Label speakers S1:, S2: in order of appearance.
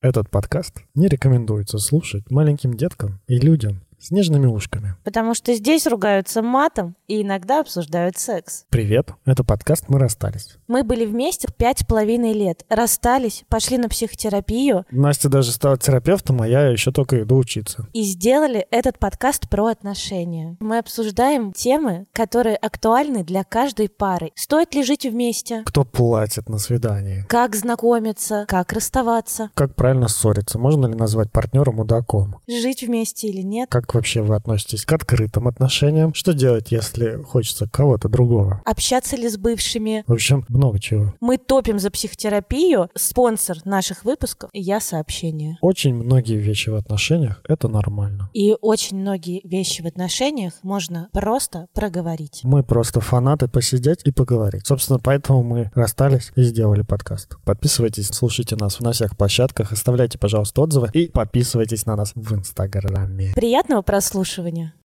S1: Этот подкаст не рекомендуется слушать маленьким деткам и людям с нежными ушками.
S2: Потому что здесь ругаются матом и иногда обсуждают секс.
S1: Привет, это подкаст «Мы расстались».
S2: Мы были вместе пять с половиной лет, расстались, пошли на психотерапию
S1: Настя даже стала терапевтом, а я еще только иду учиться.
S2: и сделали этот подкаст про отношения. Мы обсуждаем темы, которые актуальны для каждой пары. Стоит ли жить вместе?
S1: Кто платит на свидании?
S2: Как знакомиться? Как расставаться?
S1: Как правильно ссориться? Можно ли назвать партнера мудаком?
S2: Жить вместе или нет?
S1: Как вообще вы относитесь к открытым отношениям? Что делать, если хочется кого-то другого?
S2: Общаться ли с бывшими?
S1: В общем, много чего.
S2: Мы топим за психотерапию. Спонсор наших выпусков — я сообщение.
S1: Очень многие вещи в отношениях — это нормально.
S2: И очень многие вещи в отношениях можно просто проговорить.
S1: Мы просто фанаты посидеть и поговорить. Собственно, поэтому мы расстались и сделали подкаст. Подписывайтесь, слушайте нас на всех площадках, оставляйте, пожалуйста, отзывы и подписывайтесь на нас в Инстаграме.
S2: Приятного прослушивания!